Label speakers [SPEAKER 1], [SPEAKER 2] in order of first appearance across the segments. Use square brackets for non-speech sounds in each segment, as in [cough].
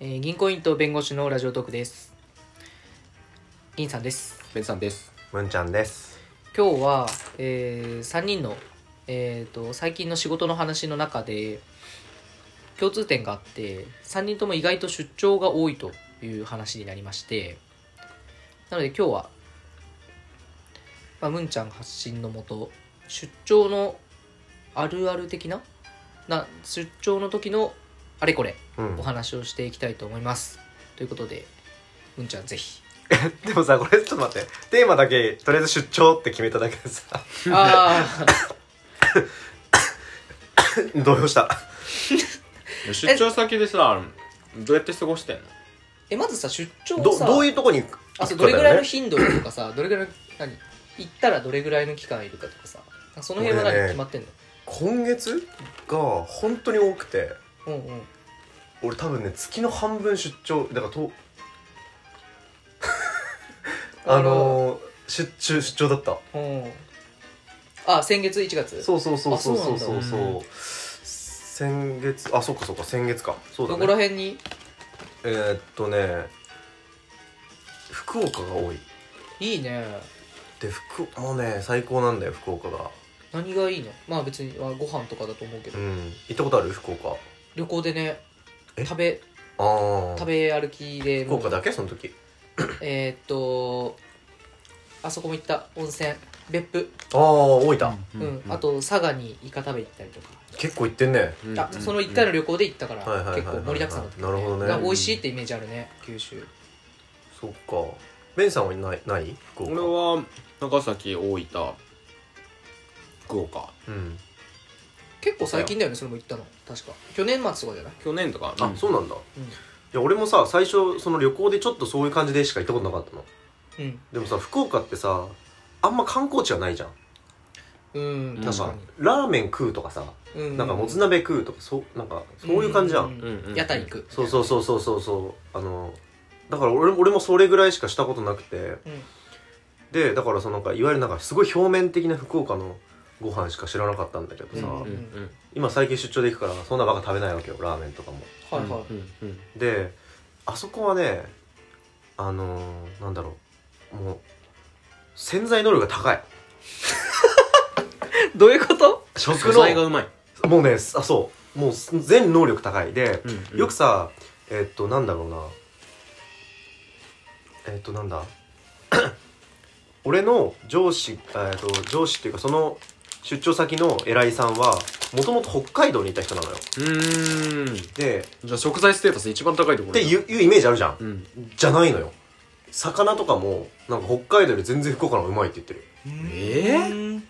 [SPEAKER 1] えー銀行員と弁護士のラジオトークです銀さんです
[SPEAKER 2] ベンさんです。
[SPEAKER 3] むんちゃんです。
[SPEAKER 1] 今日は、え3人の、えー、と最近の仕事の話の中で共通点があって3人とも意外と出張が多いという話になりましてなので今日は、まあ、むんちゃん発信のもと出張のあるある的なな出張の時のあれこれ
[SPEAKER 3] うん
[SPEAKER 1] お。話をしていきたいと思います。ということで、うんちゃんぜ
[SPEAKER 3] [laughs]
[SPEAKER 1] ひ。
[SPEAKER 3] でもさ、これちょっと待って。テーマだけ、とりあえず出張って決めただけでさ、 [laughs]
[SPEAKER 1] ああ、
[SPEAKER 3] 動揺した。
[SPEAKER 2] [laughs] 出張先でさ、どうやって過ごしてんの
[SPEAKER 1] え、まずさ、出張
[SPEAKER 3] ど、
[SPEAKER 1] さ、
[SPEAKER 3] どういうとこに行く
[SPEAKER 1] あ
[SPEAKER 3] か
[SPEAKER 1] そう
[SPEAKER 3] だ
[SPEAKER 1] どれぐらい
[SPEAKER 3] よ
[SPEAKER 1] の
[SPEAKER 3] ね。
[SPEAKER 1] 頻度とかさ、どれぐらいの、何行ったらどれぐらいの期間いるかとかさ、その辺は
[SPEAKER 3] これ
[SPEAKER 1] 何
[SPEAKER 3] ね
[SPEAKER 1] 決まってんの
[SPEAKER 3] 今月が本当に多くて、
[SPEAKER 1] うんうん。
[SPEAKER 3] 俺多分ね、月の半分出張、だからと、あのー、出張、出張だった。
[SPEAKER 1] うん。あ、先月1月
[SPEAKER 3] そうそうそうそうそうそ
[SPEAKER 2] あ
[SPEAKER 3] う
[SPEAKER 2] そうなんだ
[SPEAKER 3] 先月、あ、そっかそっか、先月か。そうだ
[SPEAKER 1] どこら
[SPEAKER 3] ね。
[SPEAKER 1] 辺に
[SPEAKER 3] えー、っとね、福岡が多い。
[SPEAKER 1] いいね。
[SPEAKER 3] で、福岡もね、最高なんだよ、福岡が。
[SPEAKER 1] 何がいいのまあ別にあご飯とかだと思うけど
[SPEAKER 3] う、ん行ったことある福岡
[SPEAKER 1] 旅行でね、
[SPEAKER 3] え
[SPEAKER 1] 食べ、
[SPEAKER 3] あ
[SPEAKER 1] 食べ歩きで、
[SPEAKER 3] 福岡だけその時
[SPEAKER 1] えー、っと、あそこも行った、温泉、別府。
[SPEAKER 3] ああ大分
[SPEAKER 1] うんあと佐賀にイカ食べ行ったりとか、
[SPEAKER 3] 結構行ってんね
[SPEAKER 1] あその1回の旅行で行ったから、
[SPEAKER 3] はいはいはいはい
[SPEAKER 1] 結構盛りだくさんだったけ
[SPEAKER 3] なるほどね
[SPEAKER 1] だから美味しいってイメージあるね九州
[SPEAKER 3] そっかベンさんはいないない福岡
[SPEAKER 2] 俺は、長崎、大分、福岡。
[SPEAKER 3] うん
[SPEAKER 1] 結構最近だよねそれも行ったの確か去年末とかじゃない
[SPEAKER 2] 去年とか、
[SPEAKER 3] あそうなんだい
[SPEAKER 1] うん
[SPEAKER 3] や俺もさ最初その旅行でちょっとそういう感じでしか行ったことなかったの
[SPEAKER 1] うん、
[SPEAKER 3] でもさ福岡ってさあんま観光地はないじゃん
[SPEAKER 1] うん
[SPEAKER 2] うん
[SPEAKER 1] 確か
[SPEAKER 3] ラーメン食うとかさ
[SPEAKER 1] に、うん、
[SPEAKER 3] なんかもつ鍋食うとかそうなんかそういう感じじゃん
[SPEAKER 2] うんうんうん
[SPEAKER 1] 屋台行く
[SPEAKER 3] そうそうそうそうそうそうあのだから俺も俺もそれぐらいしかしたことなくて
[SPEAKER 1] うん、
[SPEAKER 3] でだからそのなんかいわゆるなんかすごい表面的な福岡のご飯しか知らなかったんだけどさ、
[SPEAKER 1] うん
[SPEAKER 2] うんうん
[SPEAKER 3] 今最近出張で行くからそんなバカ食べないわけよラーメンとかも
[SPEAKER 1] はいはい、
[SPEAKER 2] うんうん
[SPEAKER 3] であそこはねあのー、なんだろうもう潜在能力が高い
[SPEAKER 1] どういうこと
[SPEAKER 3] 食
[SPEAKER 2] 具材が
[SPEAKER 3] の
[SPEAKER 2] うまい。
[SPEAKER 3] もうねあそうもう全能力高いで、よく
[SPEAKER 2] さ、
[SPEAKER 3] さえっとなんだろうなえっとなんだ [coughs] 俺の上司、えっと上司っていうかその出張先の偉いさんはもともと北海道にいた人なのよ
[SPEAKER 2] うーん。
[SPEAKER 3] で
[SPEAKER 2] じゃあ食材ステータス一番高いところ
[SPEAKER 3] っ
[SPEAKER 2] だ
[SPEAKER 3] ていういうイメージあるじゃん
[SPEAKER 2] うん。
[SPEAKER 3] じゃないのよ魚とかもなんか北海道より全然福岡の方がうまいって言ってる
[SPEAKER 2] え
[SPEAKER 1] ー、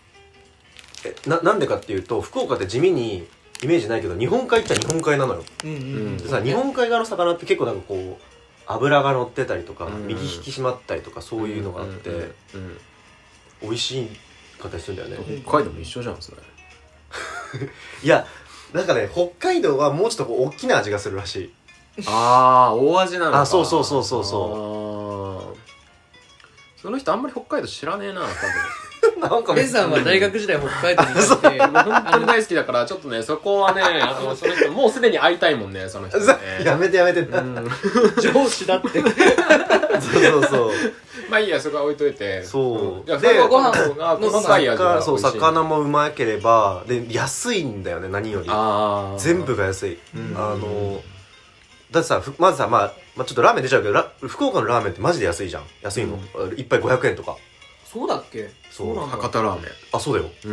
[SPEAKER 3] えななんでかっていうと福岡って地味にイメージないけど日本海っちゃ日本海なのよ
[SPEAKER 1] うんうんうん
[SPEAKER 3] でさ日本海側の魚って結構なんかこう脂が乗ってたりとか、
[SPEAKER 2] うん
[SPEAKER 3] 右引き締まったりとかそういうのがあって、
[SPEAKER 2] うんうん
[SPEAKER 3] 美味しい形するんだよね、
[SPEAKER 2] うん北海道も一緒じゃん、それ。
[SPEAKER 3] いやなんかね北海道はもうちょっとこう大きな味がするらしい
[SPEAKER 2] ああ大味なのか
[SPEAKER 3] あそうそうそうそう
[SPEAKER 2] そうその人あんまり北海道知らねえな多
[SPEAKER 3] [laughs]
[SPEAKER 2] 分
[SPEAKER 3] なんか
[SPEAKER 1] ベンさんは大学時代北海道に行
[SPEAKER 3] [laughs]
[SPEAKER 1] って
[SPEAKER 2] もう本当に大好きだからちょっとねそこはねあのその人もうすでに会いたいもんね
[SPEAKER 3] [laughs]
[SPEAKER 2] その人ね
[SPEAKER 3] さやめてやめて、
[SPEAKER 2] うん
[SPEAKER 1] 上司だって
[SPEAKER 3] [laughs] そうそうそう
[SPEAKER 2] まあいいやそこは置いといて
[SPEAKER 3] そうん
[SPEAKER 2] いや
[SPEAKER 3] で
[SPEAKER 2] そこはご飯が
[SPEAKER 1] の
[SPEAKER 2] 細かい味が
[SPEAKER 3] 魚そう
[SPEAKER 2] 美味しい
[SPEAKER 3] 魚もうまければで安いんだよね何より
[SPEAKER 2] あー
[SPEAKER 3] 全部が安い、
[SPEAKER 2] うん
[SPEAKER 3] あのだってさふまずさ、まあ、まあちょっとラーメン出ちゃうけどラ福岡のラーメンってマジで安いじゃん安いの、一杯500円とか
[SPEAKER 1] そうだっけ
[SPEAKER 3] そう
[SPEAKER 1] そうなんだ
[SPEAKER 2] 博多ラーメ
[SPEAKER 3] あそうだよ
[SPEAKER 2] ンうん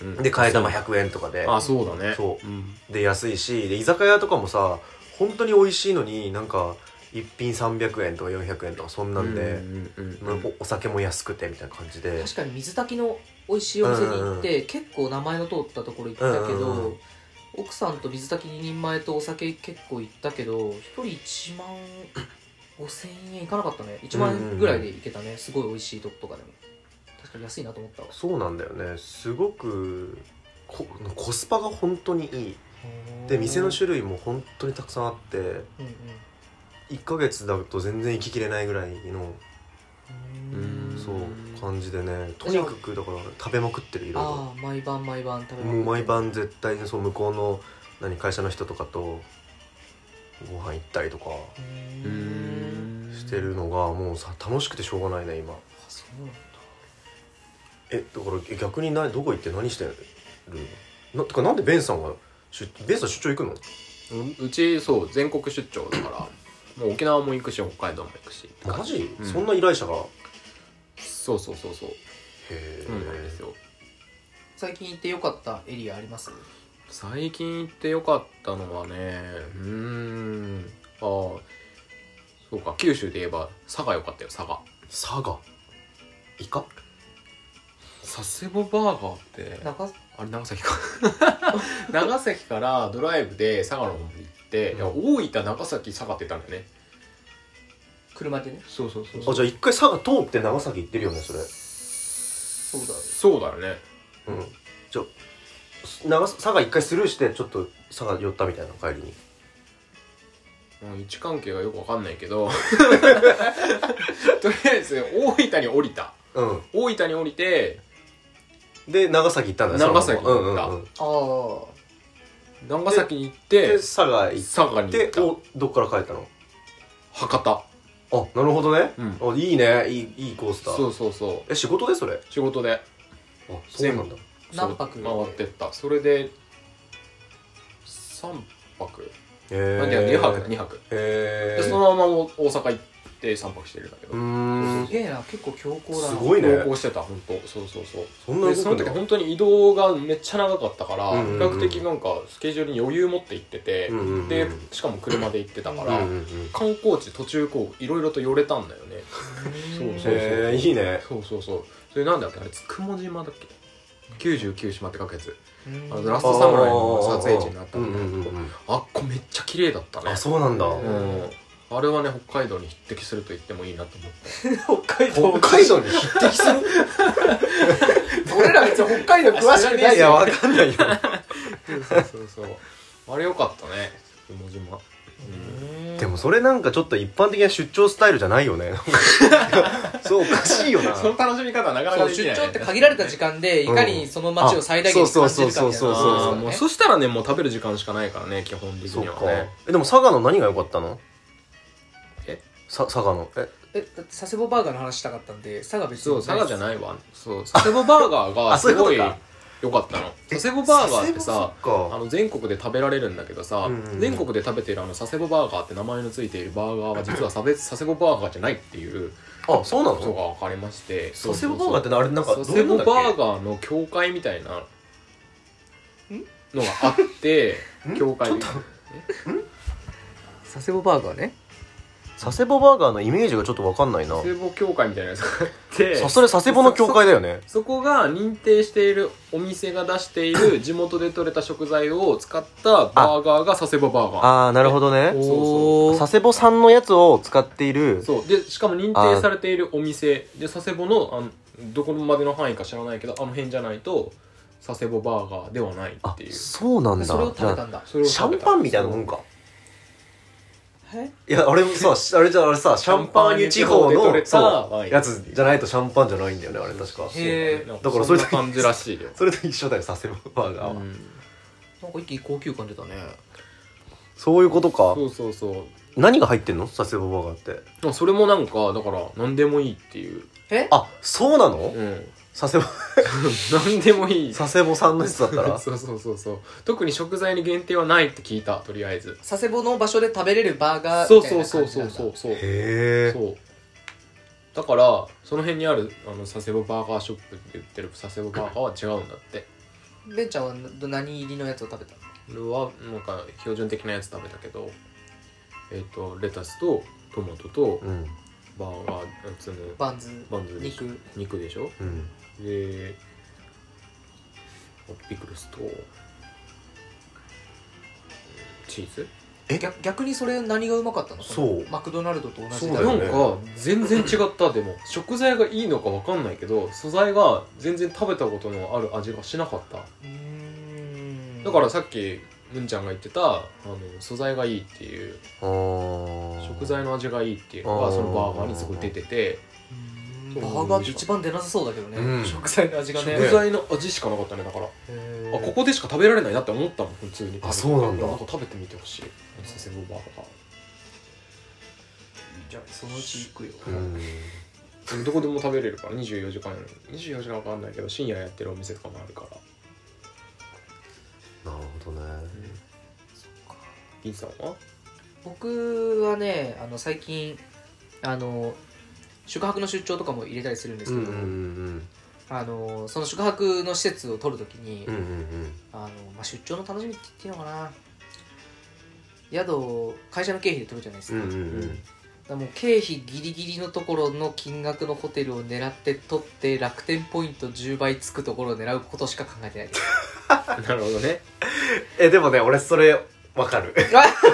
[SPEAKER 2] うんうん
[SPEAKER 3] で替え玉100円とかで
[SPEAKER 2] あそうだね
[SPEAKER 3] そ
[SPEAKER 2] うん
[SPEAKER 3] で安いしで居酒屋とかもさ本当に美味しいのになんか一品300円とか400円とかそんなんで、
[SPEAKER 2] うんうんうんうん
[SPEAKER 3] おお酒も安くてみたいな感じで
[SPEAKER 1] 確かに水炊きの美味しいお店に行って、結構名前の通ったところ行ったけど、
[SPEAKER 3] うんうんうん
[SPEAKER 1] 奥さんと水炊き2人前とお酒結構行ったけど一人1万5000円いかなかったね1万円ぐらいで行けたねすごい美味しいとことかでも確かに安いなと思ったわ
[SPEAKER 3] そうなんだよねすごくこコスパが本当にいいで店の種類も本当にたくさんあって
[SPEAKER 1] うんうん
[SPEAKER 3] 1ヶ月だと全然行ききれないぐらい
[SPEAKER 1] う
[SPEAKER 3] の
[SPEAKER 1] ーん
[SPEAKER 2] ん
[SPEAKER 3] そう感じでねとにかくだから食べまくってるいろ
[SPEAKER 1] ああ毎晩毎晩食べまくって
[SPEAKER 3] いろもう毎晩絶対にそう向こうの何会社の人とかとご飯行ったりとか
[SPEAKER 1] う
[SPEAKER 2] うんん
[SPEAKER 3] してるのがもうさ楽しくてしょうがないね今
[SPEAKER 1] あそうなんだ
[SPEAKER 3] えだからえ逆になどこ行って何してるのなてかなんでベンさんが出ベンさん出張行くの
[SPEAKER 2] ううちそう全国出張だからもう沖縄も行くし北海道も行くしって感
[SPEAKER 3] マ
[SPEAKER 2] じ
[SPEAKER 3] ジ、
[SPEAKER 2] うん
[SPEAKER 3] そんな依頼者がへ
[SPEAKER 2] そうそうそうそう
[SPEAKER 3] え、
[SPEAKER 2] そうなんですよ
[SPEAKER 1] 最近行ってよかったエリアあります
[SPEAKER 2] 最近行ってよかったのはねうーんああそうか九州で言えば佐賀よかったよ佐賀
[SPEAKER 3] 佐賀イカ
[SPEAKER 2] 佐世保バーガーって
[SPEAKER 1] 中
[SPEAKER 2] あれ長崎か [laughs] 長崎からドライブで佐賀の方まで
[SPEAKER 3] うん
[SPEAKER 2] 行って、いや大分長崎佐賀って言ったんだよね
[SPEAKER 1] 車でね
[SPEAKER 2] そうそうそう
[SPEAKER 3] あじゃあ一回佐賀通って長崎行ってるよねそれ
[SPEAKER 1] そうだ
[SPEAKER 2] そうだよね
[SPEAKER 3] うんじゃあ長佐賀一回スルーしてちょっと佐賀寄ったみたいな帰りに
[SPEAKER 2] うん位置関係がよくわかんないけ [laughs] どとりあえず大分に降りた
[SPEAKER 3] うん
[SPEAKER 2] 大分に降りて
[SPEAKER 3] で長崎行ったんだよ
[SPEAKER 2] 長崎
[SPEAKER 3] そのまま
[SPEAKER 2] 行った
[SPEAKER 3] うんうんうん、
[SPEAKER 1] ああ
[SPEAKER 2] 長崎に行って
[SPEAKER 3] で佐賀行っ
[SPEAKER 2] 佐賀に行
[SPEAKER 3] て
[SPEAKER 2] った
[SPEAKER 3] おどっから帰ったの
[SPEAKER 2] 博多
[SPEAKER 3] あなるほどね、
[SPEAKER 2] うん
[SPEAKER 3] あいいねいいいいコースだ
[SPEAKER 2] そうそうそ
[SPEAKER 3] え仕事でそれ
[SPEAKER 2] う仕事で
[SPEAKER 3] あそうなんだ
[SPEAKER 2] そう
[SPEAKER 1] 何泊
[SPEAKER 2] 回ってったそれで3泊
[SPEAKER 3] え
[SPEAKER 2] なんて2泊だ2泊
[SPEAKER 3] へ
[SPEAKER 2] で
[SPEAKER 3] え
[SPEAKER 2] そのまま大阪行って3泊してるんだけど
[SPEAKER 3] うーん
[SPEAKER 1] すげえな結構強硬だ
[SPEAKER 3] す
[SPEAKER 1] な
[SPEAKER 3] ごいね
[SPEAKER 2] 同行してた本当そうそうそう
[SPEAKER 3] そんな
[SPEAKER 2] で
[SPEAKER 3] 動
[SPEAKER 2] その
[SPEAKER 3] くん
[SPEAKER 2] 時
[SPEAKER 3] だ
[SPEAKER 2] 本当に移動がめっちゃ長かったから、
[SPEAKER 3] うんうんうん
[SPEAKER 2] 比較的なんかスケジュールに余裕持って行ってて、
[SPEAKER 3] うんうんうん
[SPEAKER 2] でしかも車で行ってたか
[SPEAKER 3] う
[SPEAKER 2] ら、
[SPEAKER 3] んうんうん
[SPEAKER 2] 観光地途中こういろいろと寄れたんだよね
[SPEAKER 1] うん
[SPEAKER 2] そうそう
[SPEAKER 3] へえいいね
[SPEAKER 2] そうそうそうそれなんだっけあれ九十九島だっけ99島って書くやつ
[SPEAKER 1] うん
[SPEAKER 2] あのラストサムライの撮影地になった
[SPEAKER 3] うんんう
[SPEAKER 2] だけど
[SPEAKER 3] んうんうん
[SPEAKER 2] あっこめっちゃ綺麗だったね
[SPEAKER 3] あそうなんだ
[SPEAKER 2] うんあれはね北海道に匹敵すると言ってもいいなと思っ
[SPEAKER 1] 北海
[SPEAKER 3] 北海道に匹敵する
[SPEAKER 1] [laughs] 俺ら別に北海道詳しくない
[SPEAKER 3] いや
[SPEAKER 1] よ
[SPEAKER 3] わかんないよ
[SPEAKER 2] たそう [laughs] そうそうあれよかったね九十九島
[SPEAKER 1] うん
[SPEAKER 3] [laughs] でもそれなんかちょっと一般的な出張スタイルじゃないよねそうおか [laughs] しいよな
[SPEAKER 2] その楽しみ方はなかな
[SPEAKER 1] そ
[SPEAKER 2] か
[SPEAKER 1] う
[SPEAKER 2] でき
[SPEAKER 1] 出
[SPEAKER 2] ない、ね、
[SPEAKER 1] 張って限られた時間でいかにその街を最大限に感じるかみたい
[SPEAKER 3] そうそうそう
[SPEAKER 2] あーも
[SPEAKER 1] な
[SPEAKER 2] う
[SPEAKER 1] そ
[SPEAKER 2] そしたらねもう食べる時間しかないからね基本的
[SPEAKER 3] そ
[SPEAKER 2] に
[SPEAKER 3] う
[SPEAKER 2] は
[SPEAKER 3] か
[SPEAKER 2] ね
[SPEAKER 3] えでも佐賀の何が良かったの
[SPEAKER 2] え
[SPEAKER 3] さ佐賀のえ
[SPEAKER 1] えだって佐世保バーガーの話したかったんで佐賀別に
[SPEAKER 2] そう佐賀じゃ
[SPEAKER 1] い
[SPEAKER 2] ないわそう佐世保バーガーが
[SPEAKER 3] あそういう
[SPEAKER 2] す
[SPEAKER 3] こと
[SPEAKER 2] ごい
[SPEAKER 3] か
[SPEAKER 2] 良かったの佐世保バーガーってさ
[SPEAKER 3] 佐世保
[SPEAKER 2] あ
[SPEAKER 3] そっか
[SPEAKER 2] の全国で食べられるんだけどさ、
[SPEAKER 3] うんうんうん
[SPEAKER 2] 全国で食べてるあの佐世保バーガーって名前の付いているバーガーは実は佐世佐世保バーガーじゃないっていう
[SPEAKER 3] あそうな
[SPEAKER 2] こと
[SPEAKER 3] の
[SPEAKER 2] が分かりまして
[SPEAKER 3] 佐世保バーガーってあれなんかど
[SPEAKER 2] 佐
[SPEAKER 3] うい
[SPEAKER 2] 世
[SPEAKER 3] うのだ
[SPEAKER 2] 保バ
[SPEAKER 3] っけ
[SPEAKER 2] ーガーの教会みたいなのがあって
[SPEAKER 3] ん
[SPEAKER 2] 教会
[SPEAKER 3] ちょっと
[SPEAKER 1] 佐世保バーガーね
[SPEAKER 3] 佐世保バーガーのイメージがちょっとわかんないな
[SPEAKER 2] 佐世保教会みたいなやつがあって
[SPEAKER 3] さそれ佐世保の教会だよね
[SPEAKER 2] そこが認定しているお店が出して
[SPEAKER 3] [laughs]
[SPEAKER 2] いる地元で採れた食材を使ったバーガーが佐世保バーガー
[SPEAKER 3] ああなるほどね
[SPEAKER 2] そ
[SPEAKER 1] お
[SPEAKER 3] 佐
[SPEAKER 1] ー
[SPEAKER 3] 世保さんのやつを使っている
[SPEAKER 2] そうでしかも認定されているお店で佐世保のあのどこまでの範囲か知らないけどあの辺じゃないと佐世保バーガーではない
[SPEAKER 3] あ
[SPEAKER 2] っていう
[SPEAKER 3] そうなんだ
[SPEAKER 1] それを食べたんだ
[SPEAKER 2] それを
[SPEAKER 3] シャ
[SPEAKER 2] 食べ
[SPEAKER 3] ン
[SPEAKER 2] た
[SPEAKER 3] パンみたいなもんか
[SPEAKER 1] え
[SPEAKER 3] いやあれもさあれじゃあれさシャンパーニュ地方
[SPEAKER 2] シャンパーニュ地方で
[SPEAKER 3] の
[SPEAKER 2] 取れた
[SPEAKER 3] そう
[SPEAKER 2] ワイン
[SPEAKER 3] やつじゃないとシャンパンじゃないんだよねあれ確か
[SPEAKER 2] そう
[SPEAKER 1] へー
[SPEAKER 2] なん
[SPEAKER 3] だからそれ、
[SPEAKER 2] んな感じらしいよ
[SPEAKER 3] それと一緒だよ佐世保バーガーは、
[SPEAKER 2] うん
[SPEAKER 1] なんか一気に高級感出たね
[SPEAKER 3] そういうことか
[SPEAKER 2] そうそうそう
[SPEAKER 3] 何が入ってんの佐世保バーガーって
[SPEAKER 2] でもそれもなんかだから何でもいいっていう
[SPEAKER 1] え
[SPEAKER 3] あそうなの、
[SPEAKER 2] うん [laughs]
[SPEAKER 3] 佐世保
[SPEAKER 2] 何でもいい
[SPEAKER 3] 佐世保さんのやつだったら
[SPEAKER 2] [laughs] そうそうそうそう特に食材に限定はないって聞いたとりあえず
[SPEAKER 1] 佐世保の場所で食べれるバーガー
[SPEAKER 2] そ
[SPEAKER 1] み
[SPEAKER 2] う
[SPEAKER 1] たい
[SPEAKER 2] そう
[SPEAKER 1] な
[SPEAKER 2] そう
[SPEAKER 1] 感じ
[SPEAKER 2] そ
[SPEAKER 1] な
[SPEAKER 2] うん
[SPEAKER 1] だ
[SPEAKER 2] そうそう
[SPEAKER 3] へえ
[SPEAKER 2] そうだからその辺にあるあの佐世保バーガーショップで売ってる佐世保バーガーは違うんだって
[SPEAKER 1] ベンちゃんはな何入りのやつを食べたの
[SPEAKER 2] 俺はなんか標準的なやつ食べたけどえっ、とレタスとトマトと
[SPEAKER 3] うん
[SPEAKER 2] バーガーつの
[SPEAKER 1] バンズ
[SPEAKER 2] バンズでしょ
[SPEAKER 1] 肉
[SPEAKER 2] 肉でしょ
[SPEAKER 3] うん
[SPEAKER 2] でピクルスとチーズ
[SPEAKER 3] え
[SPEAKER 1] 逆逆にそれ何がうまかったの
[SPEAKER 3] そう
[SPEAKER 1] マクドナルドと同じ
[SPEAKER 3] そう
[SPEAKER 1] だ
[SPEAKER 3] だ
[SPEAKER 1] よ
[SPEAKER 2] な
[SPEAKER 3] よ
[SPEAKER 2] ん
[SPEAKER 3] ね
[SPEAKER 2] か全然違ったでも食材がいいのかわかんないけど素材が全然食べたことのある味がしなかった
[SPEAKER 1] うーん
[SPEAKER 2] だからさっきむんちゃんが言ってたあの素材がいいっていう
[SPEAKER 3] あー
[SPEAKER 2] 食材の味がいいっていうの
[SPEAKER 3] あ
[SPEAKER 2] が
[SPEAKER 3] ー
[SPEAKER 2] そのバーガーにすごい出てて
[SPEAKER 1] うーんバーガーって一番出なさそうだけどね、
[SPEAKER 3] うん
[SPEAKER 1] 食材の味がね
[SPEAKER 2] 食材の味しかなかったねだから
[SPEAKER 1] へ
[SPEAKER 2] あここでしか食べられないなって思ったもん普通に
[SPEAKER 3] あそうなんだ
[SPEAKER 2] か食べてみてほしい佐世保バーガ
[SPEAKER 1] じゃあそのうち行くよ
[SPEAKER 3] うん
[SPEAKER 2] ーどこでも食べれるから24時間24時間わかんないけど深夜やってるお店とかもあるから
[SPEAKER 3] なるほどね
[SPEAKER 2] 銀さんは
[SPEAKER 1] 僕はねあの最近あの宿泊の出張とかも入れたりするんです
[SPEAKER 3] うん
[SPEAKER 1] け
[SPEAKER 3] うん
[SPEAKER 1] ど、
[SPEAKER 3] うん
[SPEAKER 1] あのその宿泊の施設を取るときに、
[SPEAKER 3] うんうんうん
[SPEAKER 1] あのまあ、出張の楽しみって言っていいのかな宿を会社の経費で取るじゃないです
[SPEAKER 3] う
[SPEAKER 1] か,、
[SPEAKER 3] んうんうん
[SPEAKER 1] だからもう経費ギリギリのところの金額のホテルを狙って取って楽天ポイント10倍つくところを狙うことしか考えてないです
[SPEAKER 2] なるほどね
[SPEAKER 3] えでもね俺それわかる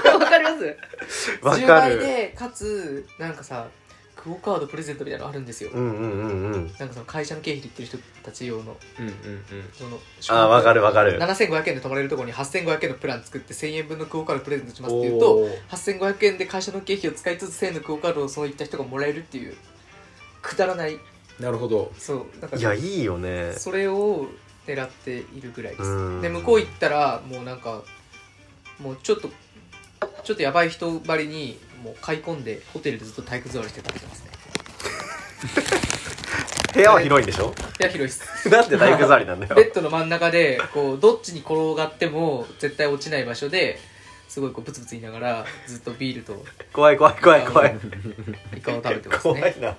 [SPEAKER 1] [laughs] わかります
[SPEAKER 3] わ
[SPEAKER 1] 10
[SPEAKER 3] か
[SPEAKER 1] 倍
[SPEAKER 3] る
[SPEAKER 1] でかつなんかさクオ・カードプレゼントみたいなのあるんですよ、
[SPEAKER 3] うんうんうんうん
[SPEAKER 1] なんかその会社の経費で行ってる人たち用の
[SPEAKER 2] うんうん
[SPEAKER 1] その
[SPEAKER 3] あわかるわかる
[SPEAKER 1] 7500円で泊まれるところに8500円のプラン作って1000円分のクオ・カードプレゼントし
[SPEAKER 2] うん
[SPEAKER 1] ますって言うと8500円で会社の経費を使いつつ1000円のクオ・カードをその行った人がもらえるっていうくだらない
[SPEAKER 2] なるほど
[SPEAKER 1] そうなんか
[SPEAKER 3] いやいいよね
[SPEAKER 1] それを狙っているぐらいで
[SPEAKER 3] うん
[SPEAKER 1] すで向こう行ったらもうなんかもうちょっとちょっとやばい人ばりにもう買い込んでホテルでずっと体育座りして食べてますね
[SPEAKER 3] 部屋は [laughs] 広いんでしょ
[SPEAKER 1] 部屋広いっす
[SPEAKER 3] なんで体育座りなんだ
[SPEAKER 1] ベ
[SPEAKER 3] よ
[SPEAKER 1] ッドの真ん中でこうどっちに転がっても絶対落ちない場所ですごいこうブツブツ言いながらずっとビールと
[SPEAKER 3] 怖い怖い怖い怖い
[SPEAKER 1] イカを食べてます
[SPEAKER 3] 怖
[SPEAKER 1] ね
[SPEAKER 3] いな
[SPEAKER 1] ま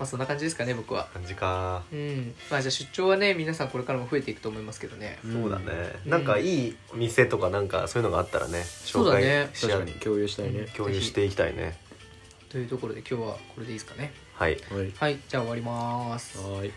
[SPEAKER 1] あそんな感じですかね僕は
[SPEAKER 3] 感じか
[SPEAKER 1] うんまあじゃあ出張はね皆さんこれからも増えていくと思いますけどね
[SPEAKER 3] そうだね
[SPEAKER 1] うん
[SPEAKER 3] なんかいい店とかなんかそういうのがあったらね
[SPEAKER 1] う
[SPEAKER 3] 紹
[SPEAKER 1] だ
[SPEAKER 3] 介
[SPEAKER 1] ね
[SPEAKER 3] し
[SPEAKER 2] 確
[SPEAKER 3] 合
[SPEAKER 2] か
[SPEAKER 3] う
[SPEAKER 2] に共有したいね
[SPEAKER 3] 共有していきたいね
[SPEAKER 1] というところで今日はこれでいいですかね
[SPEAKER 3] はい
[SPEAKER 2] はい
[SPEAKER 1] はいじゃあ終わります
[SPEAKER 2] はーい